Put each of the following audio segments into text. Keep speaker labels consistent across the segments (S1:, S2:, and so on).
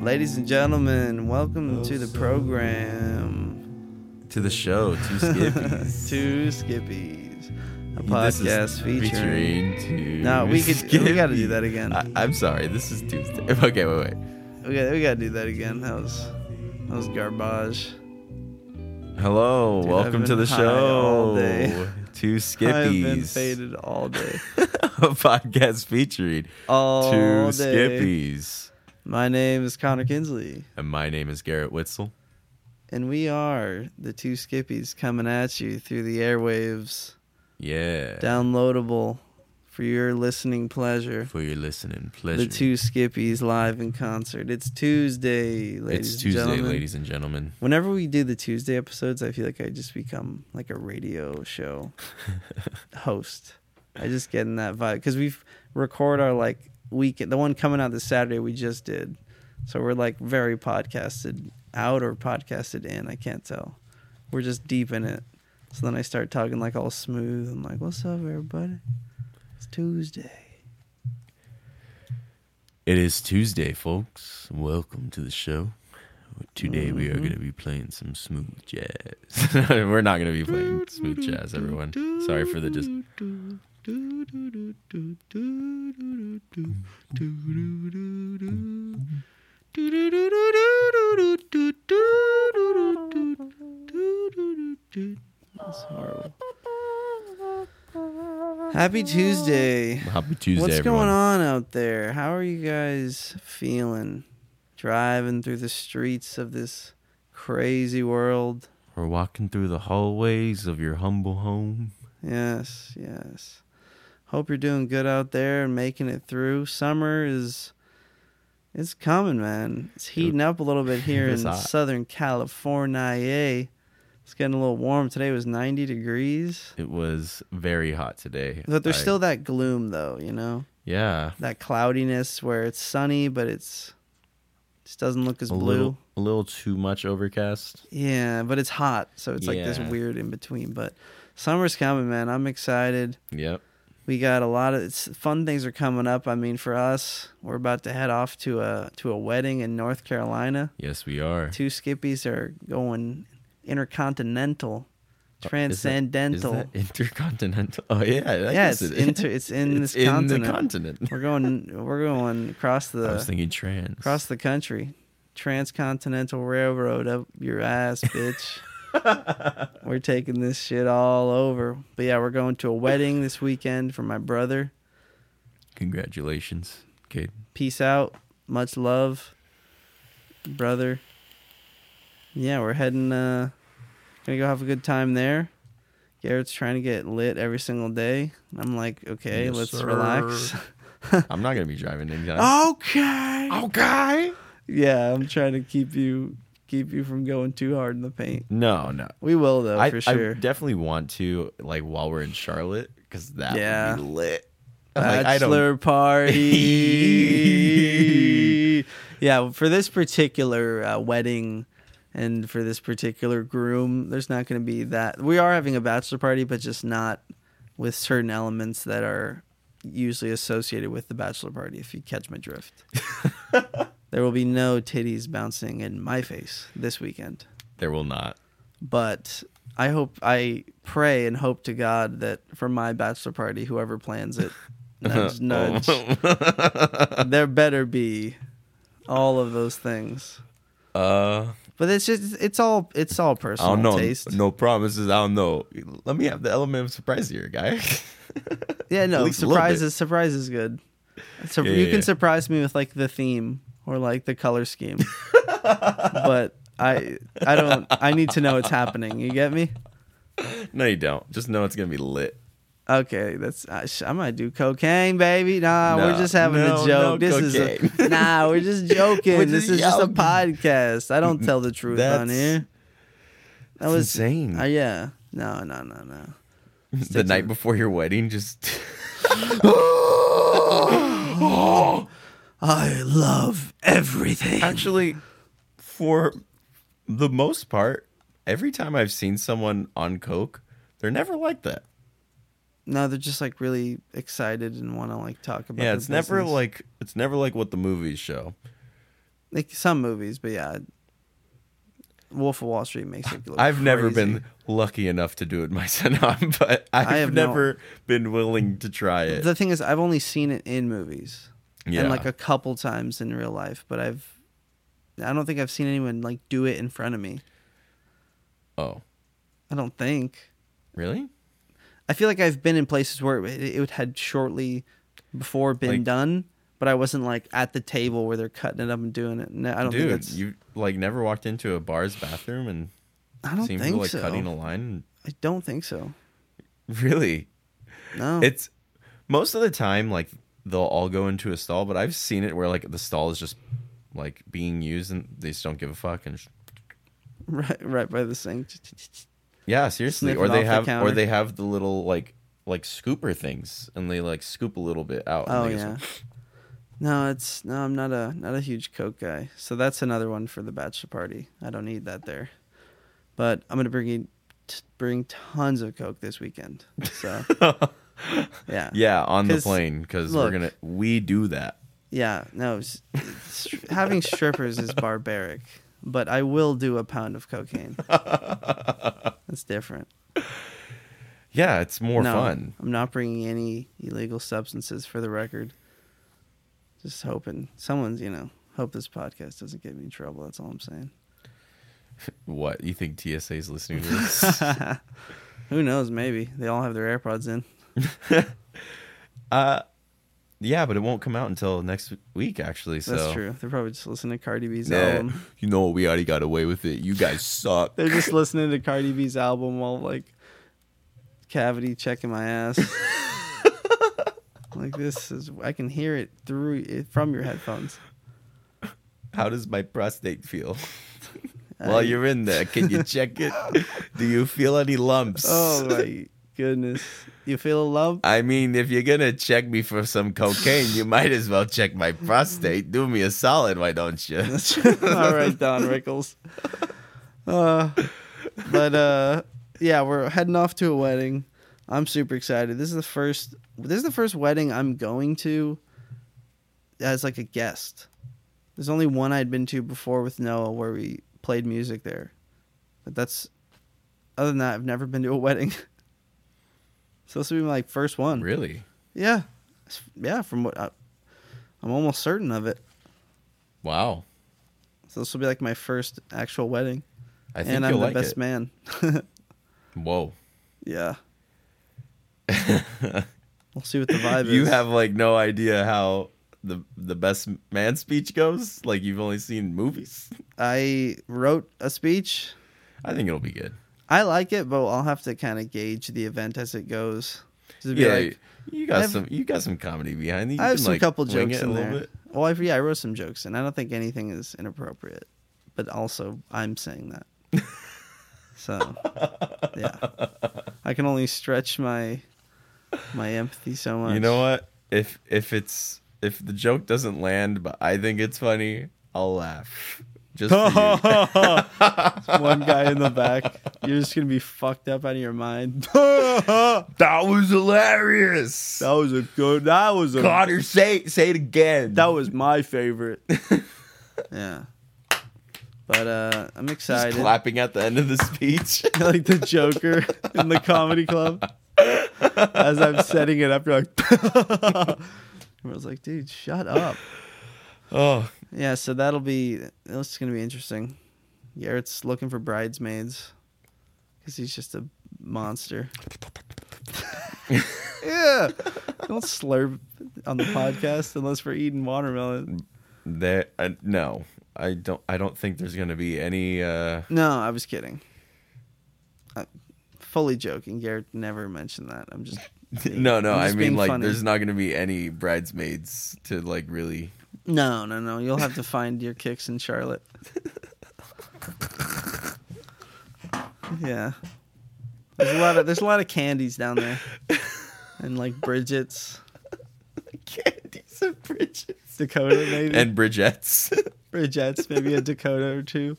S1: Ladies and gentlemen, welcome to the program.
S2: to the show. Oh, Two skippies.
S1: Two Skippies, a
S2: This is
S1: podcast featuring.
S2: two.
S1: No, we could- we gotta do
S2: Skippies.
S1: that again.
S2: I, I'm sorry. This is Tuesday. Okay, wait, wait.
S1: We got we gotta do that again. That was that was garbage.
S2: Hello,
S1: Dude, I've
S2: welcome to
S1: been
S2: the
S1: high all day.
S2: show. Two skippies.
S1: I've been faded all day.
S2: a podcast featuring
S1: All
S2: two
S1: day.
S2: skippies.
S1: My name is Connor Kinsley,
S2: And my name is Garrett Witzel.
S1: and we are the two Skippies coming at you through the airwaves,
S2: Yeah.
S1: downloadable for your listening pleasure.
S2: For your listening pleasure.
S1: The two Skippies live in concert. It's Tuesday, ladies
S2: it's Tuesday,
S1: and gentlemen.
S2: ladies and gentlemen.
S1: Whenever we do the Tuesday episodes, I feel like I just become like a radio show host. I just get in that vibe because we record our like weekend, the one coming out this Saturday we just did. So we're like very podcasted out or podcasted in. I can't tell. We're just deep in it. So then I start talking like all smooth. I'm like, what's up, everybody? It's Tuesday.
S2: It is Tuesday, folks. Welcome to the show. Today we are going to be playing some smooth jazz. We're not going to be playing smooth jazz, everyone. Sorry for the just.
S1: That's horrible. Happy Tuesday.
S2: Happy Tuesday,
S1: What's
S2: everyone.
S1: going on out there? How are you guys feeling? Driving through the streets of this crazy world.
S2: We're walking through the hallways of your humble home.
S1: Yes, yes. Hope you're doing good out there and making it through. Summer is it's coming, man. It's heating up a little bit here in
S2: It's hot.
S1: Southern California. It's getting a little warm. Today was 90 degrees.
S2: It was very hot today.
S1: But there's
S2: I-
S1: still that gloom though, you know?
S2: yeah,
S1: That cloudiness where it's sunny but it's just doesn't look as
S2: a
S1: blue.
S2: little, a little too much overcast.
S1: Yeah, but it's hot, so it's like this
S2: Yeah.
S1: weird in between, but summer's coming, man. I'm excited.
S2: Yep.
S1: we got a lot of it's, fun things are coming up. I mean, for us, we're about to head off to a to a wedding in North Carolina.
S2: Yes, we are.
S1: Two Skippies are going intercontinental,
S2: Uh, Oh,
S1: transcendental.
S2: Is that intercontinental? Oh yeah, I
S1: yeah,
S2: guess
S1: it's
S2: it is.
S1: inter, it's in
S2: It's
S1: this
S2: in the
S1: continent.
S2: continent.
S1: We're going we're going across
S2: I was
S1: the
S2: thinking trans.
S1: across the country, transcontinental railroad up your ass, bitch. we're taking this shit all over. But yeah, we're going to a wedding this weekend for my brother.
S2: Congratulations, Cade.
S1: peace out much love brother yeah we're heading uh gonna go have a good time there garrett's trying to get lit every single day i'm like okay
S2: Yes,
S1: let's
S2: sir.
S1: relax
S2: I'm not gonna be driving anytime.
S1: Oh, okay
S2: Okay.
S1: yeah i'm trying to keep you keep you from going too hard in the paint
S2: No, no.
S1: we will though
S2: I,
S1: Oh, for sure
S2: I definitely want to like while we're in Charlotte because that
S1: Yeah.
S2: would be lit. Like, I don't.
S1: Bachelor party. yeah, for this particular uh, wedding and for this particular groom, there's not going to be that. We are having a bachelor party, but just not with certain elements that are usually associated with the bachelor party, if you catch my drift. there will be no titties bouncing in my face this weekend
S2: There will not.
S1: but I hope I pray and hope to God that for my bachelor party, whoever plans it,
S2: Uh-huh.
S1: nudge, nudge, there better be all of those things.
S2: Uh,
S1: But it's just it's all it's all
S2: I
S1: personal
S2: don't know.
S1: taste.
S2: Oh, No promises. I don't know. Let me have the element of surprise here, guy.
S1: yeah,
S2: At
S1: no
S2: least a little
S1: surprise
S2: bit.
S1: is surprise is good. So
S2: Yeah,
S1: you
S2: yeah,
S1: can
S2: yeah.
S1: surprise me with like the theme or like the color scheme, but I I don't I need to know it's happening. You get me?
S2: no, you don't. Just know it's gonna be lit.
S1: Okay, that's I, sh- I might do cocaine, baby. Nah,
S2: No,
S1: we're just having
S2: no,
S1: a
S2: no
S1: joke. this is a,
S2: cocaine.
S1: nah, we're just joking.
S2: We're
S1: this
S2: just
S1: is just a
S2: joking.
S1: podcast. I don't tell the truth on
S2: That's-
S1: here. That
S2: That's
S1: was
S2: insane.
S1: uh, yeah. No, no, no, no.
S2: the night before your wedding, just
S1: I love everything.
S2: actually, for the most part, every time I've seen someone on coke, they're never like that.
S1: No, they're just like really excited and want to like talk about.
S2: yeah,
S1: their
S2: it's never
S1: business.
S2: like it's never like what the movies show.
S1: Like some movies, but yeah, Wolf of Wall Street makes it. Look
S2: I've never
S1: crazy.
S2: been lucky enough to do it myself, but I've
S1: have no-
S2: never been willing to try it.
S1: The thing is, I've only seen it in movies.
S2: yeah,
S1: and like a couple times in real life, but I've I don't think I've seen anyone like do it in front of me.
S2: oh,
S1: I don't think.
S2: really?
S1: I feel like I've been in places where it, it had shortly before been
S2: Like-
S1: done, but I wasn't like at the table where they're cutting it up and doing it. No, I don't think
S2: Dude,
S1: that's.
S2: you like never walked into a bar's bathroom and
S1: I don't
S2: seen
S1: think
S2: people like
S1: so.
S2: cutting a line?
S1: I don't think so.
S2: Really?
S1: No.
S2: It's most of the time like they'll all go into a stall, but I've seen it where like the stall is just like being used and they just don't give a fuck and just-
S1: right, right by the sink.
S2: yeah, seriously.
S1: Sniff
S2: Or
S1: it
S2: they
S1: off the
S2: have or
S1: counter.
S2: they have the little like like scooper things and they like scoop a little bit out. and
S1: Oh
S2: they just-
S1: yeah. No, it's no. I'm not a not a huge Coke guy, so that's another one for the bachelor party. I don't need that there, but I'm gonna bring you t- bring tons of Coke this weekend. So yeah,
S2: Yeah, on the
S1: 'Cause,
S2: plane because we're
S1: look.
S2: gonna we do that.
S1: yeah. No, s- stri- having strippers is barbaric, but I will do a pound of cocaine. That's different.
S2: Yeah, it's more
S1: no,
S2: fun.
S1: I'm not bringing any illegal substances for the record. Just hoping someone's, you know, hope this podcast doesn't get me in trouble. That's all I'm saying.
S2: What you think TSA is listening to this?
S1: Who knows? Maybe they all have their AirPods in.
S2: yeah, but it won't come out until next week. Actually, so
S1: That's true. um, They're probably just listening to Cardi B's
S2: Nah,
S1: album.
S2: you know what? We already got away with it. You guys suck.
S1: They're just listening to Cardi B's album while like cavity checking my ass. like this is I can hear it through it from your headphones.
S2: How does my prostate feel? While
S1: I-
S2: you're in there, can you check it? Do you feel any lumps?
S1: Oh my goodness. You feel a lump?
S2: I mean, if you're gonna check me for some cocaine, you might as well check my prostate. Do me a solid, why don't you?
S1: All right, Don Rickles. Uh, but uh, yeah, we're heading off to a wedding. I'm super excited. This is the first. This is the first wedding I'm going to as like a guest. There's only one I'd been to before with Noah where we played music there, but that's other than that I've never been to a wedding. so this will be my like, first one.
S2: Really?
S1: Yeah, It's- yeah. From what I, I'm almost certain of it.
S2: Wow.
S1: So this will be like my first actual wedding,
S2: I think
S1: and I'm
S2: you'll
S1: the
S2: like
S1: best
S2: it.
S1: man.
S2: Whoa.
S1: yeah. we'll see what the vibe is.
S2: You have like no idea how the the best man speech goes. Like you've only seen movies.
S1: I wrote a speech.
S2: I think it'll be good.
S1: I like it, but I'll have to kind of gauge the event as it goes. To be
S2: Yeah,
S1: like,
S2: you got
S1: I have-
S2: some you got some comedy behind you. you
S1: I have
S2: can,
S1: some
S2: like,
S1: couple
S2: wing
S1: jokes
S2: it a
S1: in
S2: little
S1: there.
S2: bit.
S1: Well, I, yeah, I wrote some jokes, and I don't think anything is inappropriate. But also, I'm saying that. so, yeah, I can only stretch my my empathy so much.
S2: You know what? If if it's if the joke doesn't land, but I think it's funny, I'll laugh. Just for you.
S1: one guy in the back. You're just gonna be fucked up out of your mind.
S2: that was hilarious.
S1: That was a good. That was a.
S2: Connor, say it- say it again.
S1: That was my favorite. yeah, but uh I'm
S2: Just
S1: excited.
S2: clapping at the end of the speech.
S1: like the Joker in the comedy club. As I'm setting it up, you're like. Everyone's like, dude, shut up.
S2: oh,
S1: Yeah, so that'll be. That's gonna be interesting. Garrett's looking for bridesmaids because he's just a monster. yeah, don't slurp on the podcast unless we're eating watermelon.
S2: there. I, no, I don't. I don't think there's gonna be any. uh
S1: No, I was kidding. i fully joking. Garrett never mentioned that. I'm just
S2: No, no.
S1: I'm
S2: I
S1: just
S2: mean,
S1: being
S2: like,
S1: funny.
S2: there's not gonna be any bridesmaids to like really.
S1: no, no, no. You'll have to find your kicks in Charlotte. yeah, there's a lot of there's a lot of candies down there, and like Bridget's.
S2: Candies and Bridges.
S1: Dakota, maybe.
S2: And Bridgettes.
S1: Bridgettes, maybe a Dakota or two.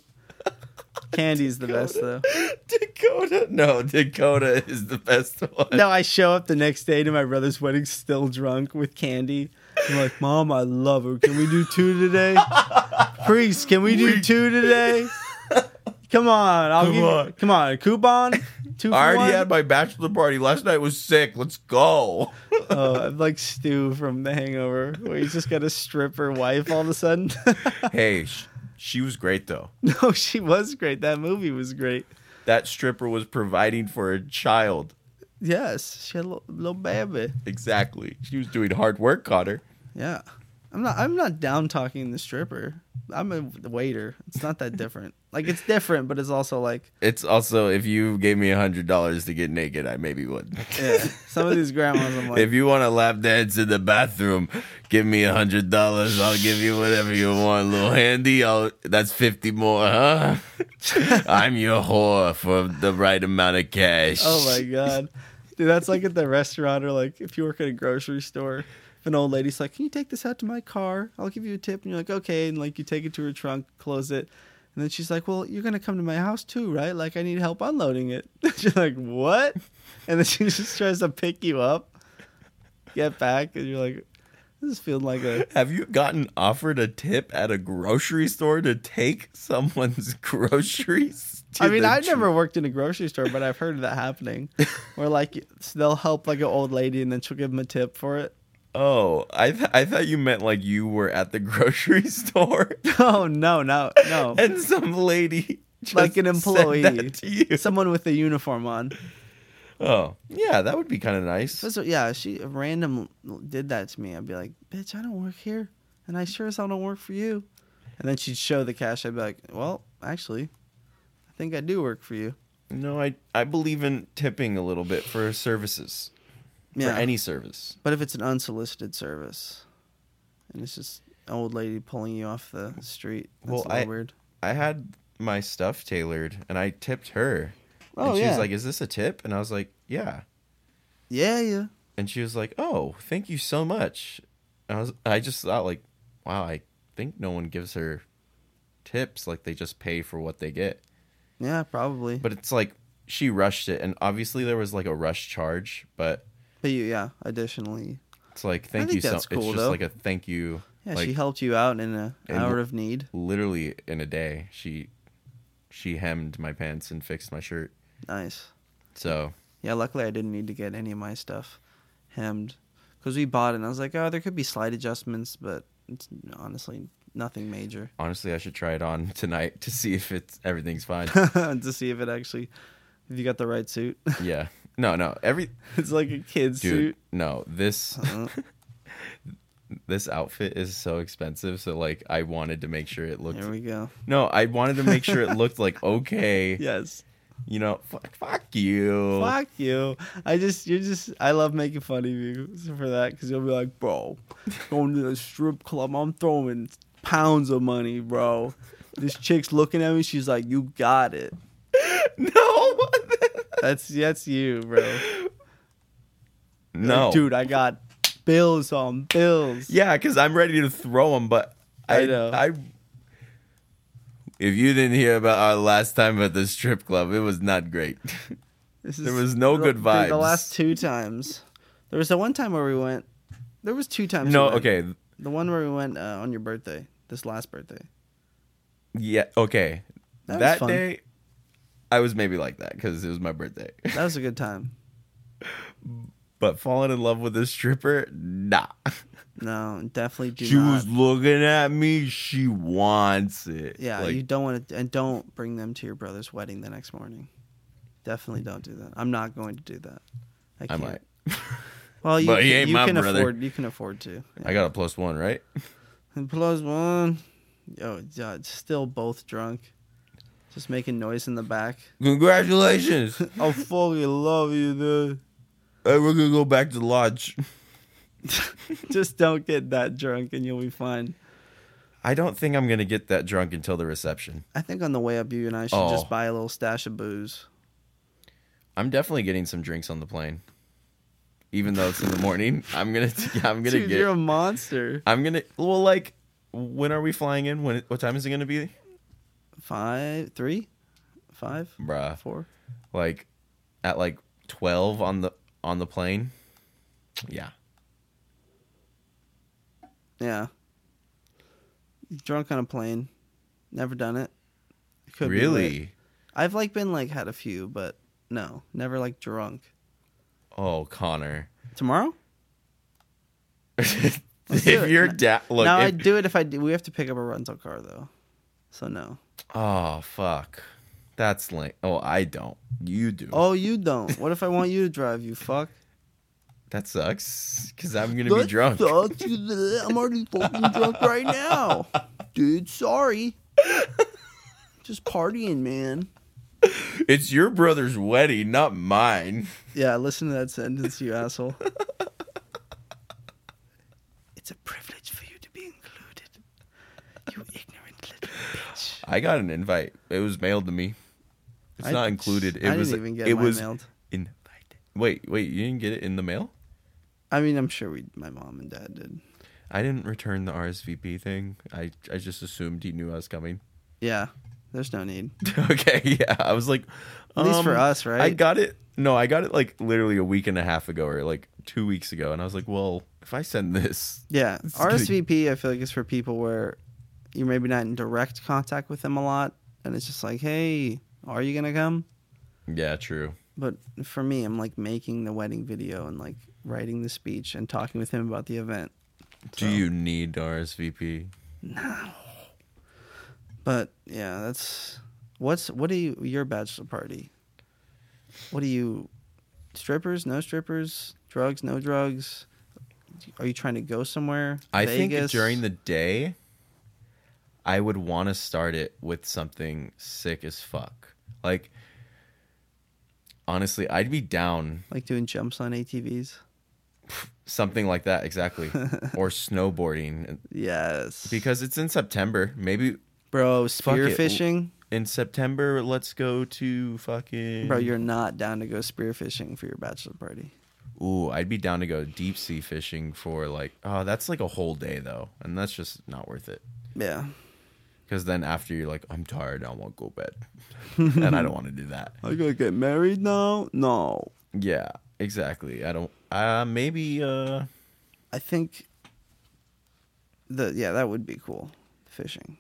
S1: Candy's the best though.
S2: Dakota. No, Dakota is the best one.
S1: No, I show up the next day to my brother's wedding still drunk with candy. I'm like, Mom, I love her. Can we do two today? Priest, can we do two today? Come on, I'll
S2: Come
S1: give,
S2: on.
S1: Come on, a coupon. Two for
S2: I already
S1: one?
S2: had my bachelor party last night. Was sick. Let's go.
S1: Oh, I'm like Stu from The Hangover, where he's just got a stripper wife all of a sudden.
S2: hey, sh- she was great though.
S1: no, she was great. That movie was great.
S2: That stripper was providing for a child.
S1: Yes, she had a little, little baby.
S2: Exactly. She was doing hard work, Connor.
S1: Yeah, I'm not. I'm not down talking the stripper. I'm a waiter. It's not that different. like it's different, but it's also like
S2: It's also if you gave me a hundred dollars to get naked, I maybe would.
S1: yeah. Some of these grandmas, I'm like,
S2: If you want to lap dance in the bathroom, give me a hundred dollars. I'll give you whatever you want. Little handy, I'll, that's fifty more, huh? I'm your whore for the right amount of cash.
S1: oh my god, dude, that's like at the restaurant or like if you work at a grocery store. If an old lady's like, "Can you take this out to my car? I'll give you a tip," and you're like, "Okay," and like you take it to her trunk, close it, and then she's like, "Well, you're gonna come to my house too, right? Like I need help unloading it." you're like, "What?" And then she just tries to pick you up, get back, and you're like, "This is feeling like a."
S2: Have you gotten offered a tip at a grocery store to take someone's groceries? to
S1: I mean,
S2: the
S1: I've
S2: tr-
S1: never worked in a grocery store, but I've heard of that happening. Where like they'll help like an old lady, and then she'll give them a tip for it.
S2: Oh, I th- I thought you meant like you were at the grocery store
S1: Oh no, no, no!
S2: and some lady just
S1: Like an
S2: said
S1: employee.
S2: that to you.
S1: Someone with a uniform on.
S2: Oh, yeah, that would be kind of nice.
S1: That's what- yeah, she random did that to me. I'd be like, "Bitch, I don't work here, and I sure as hell don't work for you." And then she'd show the cash. I'd be like, "Well, actually, I think I do work for you."
S2: No, I I believe in tipping a little bit for services
S1: Yeah.
S2: for any service.
S1: but if it's an unsolicited service, and it's just an old lady pulling you off the street, that's
S2: Well,
S1: a little
S2: I-
S1: weird.
S2: I had my stuff tailored and I tipped her.
S1: Oh
S2: and she
S1: yeah,
S2: was like, "Is this a tip?" And I was like, "Yeah."
S1: yeah, yeah.
S2: And she was like, "Oh, thank you so much." And I was I just thought like, "Wow, I think no one gives her tips like they just pay for what they get."
S1: Yeah, probably. But,
S2: But it's like she rushed it and obviously there was like a rush charge, but
S1: you, yeah, additionally,
S2: it's like thank
S1: think
S2: you so
S1: that's
S2: it's
S1: cool,
S2: just
S1: though.
S2: like a thank you
S1: yeah,
S2: like
S1: she helped you out in an
S2: And-
S1: hour of need.
S2: literally in a day she she hemmed my pants and fixed my shirt
S1: Nice.
S2: so
S1: Yeah, luckily I didn't need to get any of my stuff hemmed because we bought it. and I was like, oh, there could be slight adjustments, but it's honestly nothing major
S2: honestly i should try it on tonight to see if it's everything's fine
S1: to see if it actually if you got the right suit.
S2: yeah no no every
S1: it's like a kid's
S2: dude
S1: suit.
S2: no this
S1: Uh-uh.
S2: this outfit is so expensive so like i wanted to make sure it looked
S1: Here we go.
S2: no i wanted to make sure it looked like okay
S1: Yes.
S2: you know fuck, fuck you
S1: Fuck you. I just, you're just, I love making fun of you for that because you'll be like, bro, going to the strip club, I'm throwing pounds of money, bro. This chick's looking at me. She's like, you got it.
S2: no
S1: That's, that's you, bro.
S2: no
S1: Like, dude, I got bills on bills.
S2: Yeah, because I'm ready to throw them, but I,
S1: I know.
S2: I. If you didn't hear about our last time at the strip club, it was not great.
S1: This
S2: there was no
S1: the-
S2: good
S1: dude, The
S2: vibes.
S1: last two times, there was the one time where we went. There was two times.
S2: no,
S1: we went.
S2: okay,
S1: The one where we went uh, on your birthday, this last birthday.
S2: yeah, okay.
S1: That was
S2: That,
S1: fun.
S2: day, I was maybe like that because it was my birthday.
S1: That was a good time.
S2: But falling in love with a stripper, nah.
S1: No, definitely do
S2: she
S1: not.
S2: was looking at me. She wants it.
S1: yeah,
S2: Like,
S1: you don't want to, and don't bring them to your brother's wedding the next morning. Definitely don't do that. I'm not going to do that. I
S2: I
S1: can't.
S2: might.
S1: Well, you,
S2: But he
S1: can,
S2: ain't
S1: you
S2: my
S1: can
S2: brother.
S1: afford. You can afford to. Yeah.
S2: I got a plus one, right?
S1: And plus one. Oh, God, still both drunk. Just making noise in the back.
S2: Congratulations. hey,
S1: I fucking love you, dude.
S2: we're gonna go back to the lodge.
S1: Just don't get that drunk and you'll be fine.
S2: I don't think I'm gonna get that drunk until the reception.
S1: I think on the way up, you and I should
S2: Oh.
S1: just buy a little stash of booze.
S2: I'm definitely getting some drinks on the plane, even though it's in the morning. I'm gonna, I'm gonna
S1: Dude,
S2: get,
S1: you're a monster.
S2: I'm gonna. Well, like, when are we flying in? When? What time is it gonna be,
S1: Five, three, five,
S2: bruh?
S1: four.
S2: Like, at like twelve on the on the plane. Yeah,
S1: Yeah. Drunk on a plane. Never done it. It could be lit.
S2: really?
S1: I've like been like had a few, but no, never like drunk.
S2: Oh, Connor.
S1: Tomorrow?
S2: if
S1: do it.
S2: you're down, look.
S1: no,
S2: if-
S1: I'd do it if I do. We have to pick up a rental car though, so no.
S2: oh fuck, that's lame. Oh, I don't. You do.
S1: Oh, you don't. What if I want you to drive? You fuck.
S2: That sucks. Because I'm gonna be drunk.
S1: sucks. I'm already fucking drunk right now, dude. Sorry. Just partying, man.
S2: It's your brother's wedding, not mine.
S1: Yeah, listen to that sentence, you asshole. It's a privilege for you to be included. You ignorant little bitch.
S2: I got an invite. It was mailed to me. It's
S1: I-
S2: not included. It
S1: I
S2: was.
S1: didn't even get
S2: it
S1: mine
S2: was
S1: mailed.
S2: invited. Wait, wait. You didn't get it in the mail?
S1: I mean, I'm sure we, my mom and dad did.
S2: I didn't return the RSVP thing. I I just assumed he knew I was coming.
S1: Yeah, there's no need.
S2: okay, yeah. I was like,
S1: At least for
S2: um,
S1: us,
S2: I
S1: right?
S2: got it. No, I got it like literally a week and a half ago, or like two weeks ago, and I was like, well, if I send this,
S1: Yeah,
S2: It's good.
S1: RSVP. I feel like it's for people where you're maybe not in direct contact with them a lot, and it's just like, hey, are you gonna come?
S2: yeah, true.
S1: But for me, I'm like making the wedding video and like writing the speech and talking with him about the event.
S2: Do
S1: So-
S2: you need RSVP?
S1: But yeah, that's what's what do you your bachelor party? What do you strippers? No strippers? Drugs? No drugs? Are you trying to go somewhere?
S2: I think during the day, I would want to start it with something sick as fuck. Like, honestly, I'd be down
S1: like doing jumps on ATVs.
S2: something like that exactly, or snowboarding
S1: Yes,
S2: because it's in September. Maybe
S1: bro,
S2: it.
S1: spear fishing.
S2: in September, let's go to fucking.
S1: Bro, you're not down to go spear fishing for your bachelor party.
S2: Ooh, I'd be down to go deep sea fishing for like, oh, that's like a whole day though, and that's just not worth it.
S1: Yeah,
S2: Because then after you're like, I'm tired, I want to go bed, and I don't want to do that.
S1: I gonna get married now? No,
S2: Yeah, exactly. I don't. Uh, maybe. Uh,
S1: I think the yeah that would be cool fishing,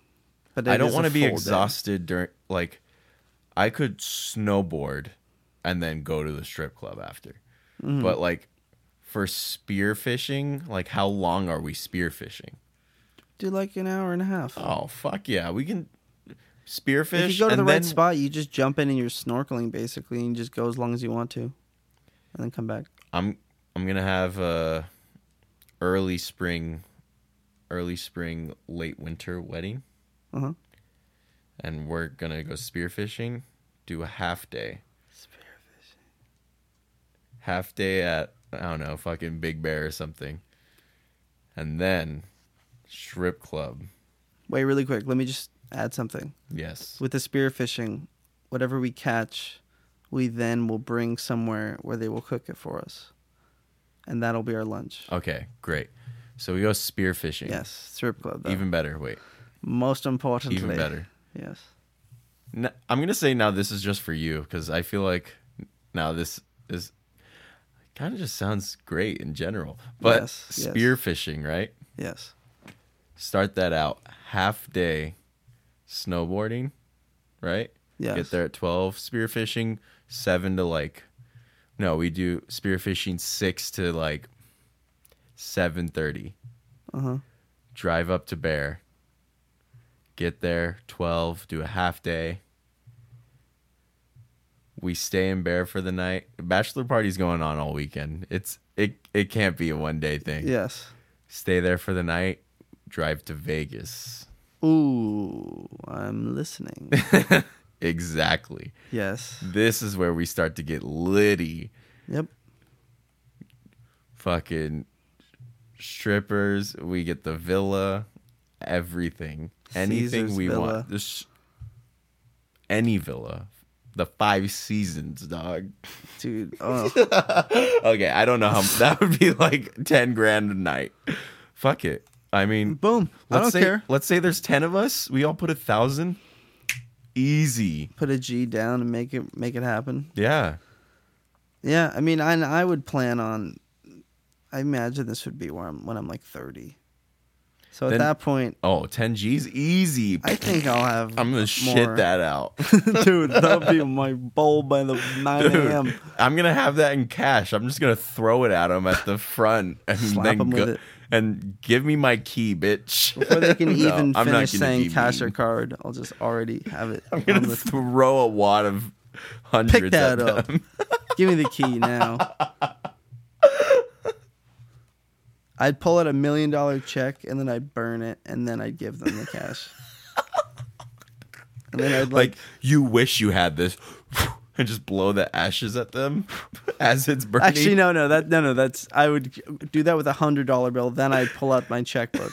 S1: but
S2: I
S1: it
S2: don't
S1: is a
S2: want to be
S1: full day.
S2: exhausted during. Like, I could snowboard, and then go to the strip club after.
S1: Mm.
S2: But like, for spear fishing, like, how long are we spear fishing?
S1: Do like an hour and a half.
S2: Oh fuck yeah, we can spearfish.
S1: If you go to
S2: and
S1: the right
S2: then-
S1: spot, you just jump in and you're snorkeling basically, and you just go as long as you want to, and then come back.
S2: I'm I'm gonna have a early spring, early spring, late winter wedding,
S1: Uh huh.
S2: and we're gonna go spearfishing. Do a half day, half day at I don't know, fucking Big Bear or something, and then strip club.
S1: Wait, really quick. Let me just add something.
S2: Yes.
S1: With the spearfishing, whatever we catch, we then will bring somewhere where they will cook it for us, and that'll be our lunch.
S2: Okay, great. So we go spearfishing.
S1: Yes, strip club. Though.
S2: Even better. Wait.
S1: most importantly,
S2: Even better.
S1: Yes.
S2: N I'm gonna say now this is just for you because I feel like now this is kind of just sounds great in general. But
S1: Yes, yes.
S2: spear fishing, right?
S1: Yes.
S2: Start that out half day snowboarding, right?
S1: Yes.
S2: Get there at twelve. Spear fishing seven to like, no, we do spear fishing six to like seven thirty.
S1: Uh huh.
S2: Drive up to Bear. Get there, 12, do a half day. We stay in Bear for the night. Bachelor party's going on all weekend. It's it it can't be a one day thing.
S1: Yes.
S2: Stay there for the night, drive to Vegas.
S1: Ooh, I'm listening.
S2: Exactly.
S1: yes.
S2: This is where we start to get litty.
S1: Yep.
S2: Fucking strippers, we get the villa, everything. Anything
S1: Caesar's
S2: we
S1: Villa.
S2: want. This any villa. The five seasons, dog.
S1: Dude. Oh.
S2: Okay, I don't know how that would be like ten grand a night. Fuck it. I mean,
S1: Boom. I
S2: let's
S1: don't
S2: say,
S1: care.
S2: Let's say there's ten of us. We all put a thousand. Easy.
S1: Put a G down and make it make it happen.
S2: Yeah.
S1: Yeah, I mean, I I would plan on. I imagine this would be where I'm when I'm like 30. So at
S2: Then-
S1: that point,
S2: Oh, 10 G's easy.
S1: I think I'll have.
S2: I'm gonna
S1: more.
S2: shit that out.
S1: dude. That'll be my bowl by the nine
S2: Dude,
S1: a.m.
S2: I'm gonna have that in cash. I'm just gonna throw it at him at the front and
S1: Slap
S2: then
S1: him with
S2: go,
S1: it.
S2: and give me my key, bitch.
S1: Before they can
S2: No,
S1: even
S2: I'm not
S1: finish
S2: gonna
S1: saying
S2: be
S1: cash
S2: mean.
S1: or card, I'll just already have it.
S2: I'm gonna
S1: on the-
S2: throw a wad of hundreds
S1: pick that
S2: at
S1: up.
S2: them.
S1: Give me the key now. I'd pull out a million dollar check and then I'd burn it and then I'd give them the cash. And then I'd like,
S2: Like you wish you had this, and just blow the ashes at them as it's burning.
S1: actually no no that no no that's I would do that with a hundred dollar bill. Then I'd pull out my checkbook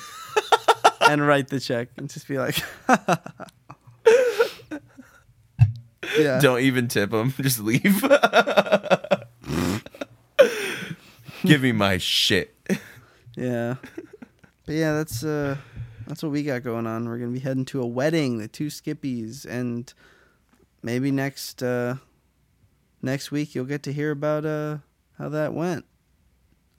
S1: and write the check and just be like, yeah.
S2: Don't even tip them. Just leave. Give me my shit.
S1: Yeah. But yeah, that's uh that's what we got going on. We're gonna be heading to a wedding, the two Skippies, and maybe next uh next week you'll get to hear about uh how that went.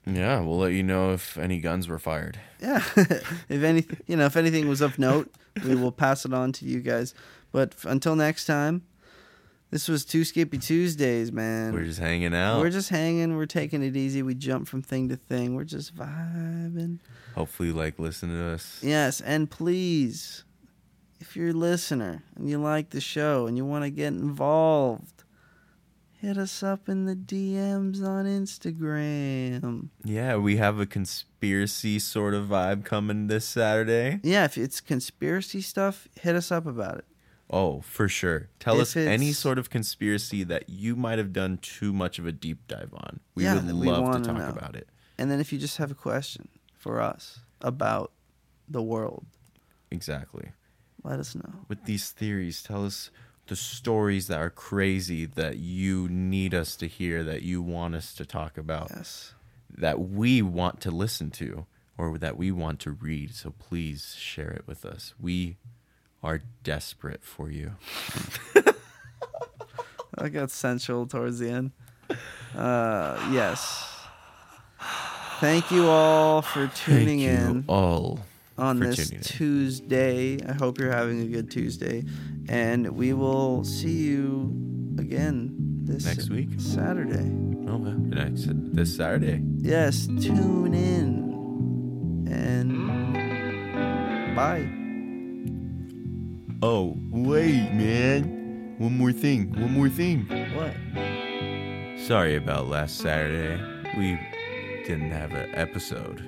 S2: Yeah, we'll let you know if any guns were fired.
S1: Yeah. if anything you know, if anything was of note, we will pass it on to you guys. But f- until next time, this was two Skippy Tuesdays, man.
S2: We're just hanging out.
S1: We're just hanging, we're taking it easy, we jump from thing to thing, we're just vibing.
S2: Hopefully, you like listen to us.
S1: Yes, and please, if you're a listener and you like the show and you want to get involved, hit us up in the DMs on Instagram.
S2: Yeah, we have a conspiracy sort of vibe coming this Saturday.
S1: Yeah, if it's conspiracy stuff, hit us up about it.
S2: Oh, for sure. Tell
S1: If
S2: us any
S1: it's-
S2: sort of conspiracy that you might have done too much of a deep dive on. We
S1: Yeah,
S2: would
S1: that we
S2: love
S1: wanna
S2: to talk
S1: know.
S2: about it.
S1: And then if you just have a question for us about the world,
S2: Exactly.
S1: let us know.
S2: With these theories, tell us the stories that are crazy that you need us to hear, that you want us to talk about,
S1: Yes.
S2: that we want to listen to, or that we want to read. So please share it with us. We are desperate for you.
S1: I got sensual towards the end. Uh, yes. Thank you all for tuning
S2: Thank you
S1: in.
S2: all.
S1: on
S2: for
S1: this
S2: tuning in.
S1: Tuesday. I hope you're having a good Tuesday, and we will see you again this
S2: Next week?
S1: Saturday.
S2: Oh, well, next this Saturday.
S1: Yes, tune in and bye.
S2: Oh, wait, man. One more thing. One more thing.
S1: What?
S2: Sorry about last Saturday. We didn't have an episode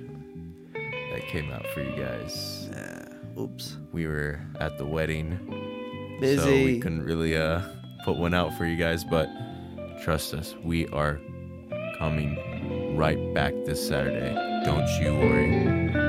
S2: that came out for you guys.
S1: Uh, oops.
S2: We were at the wedding,
S1: Busy.
S2: so we couldn't really uh put one out for you guys, but trust us, we are coming right back this Saturday. Don't you worry.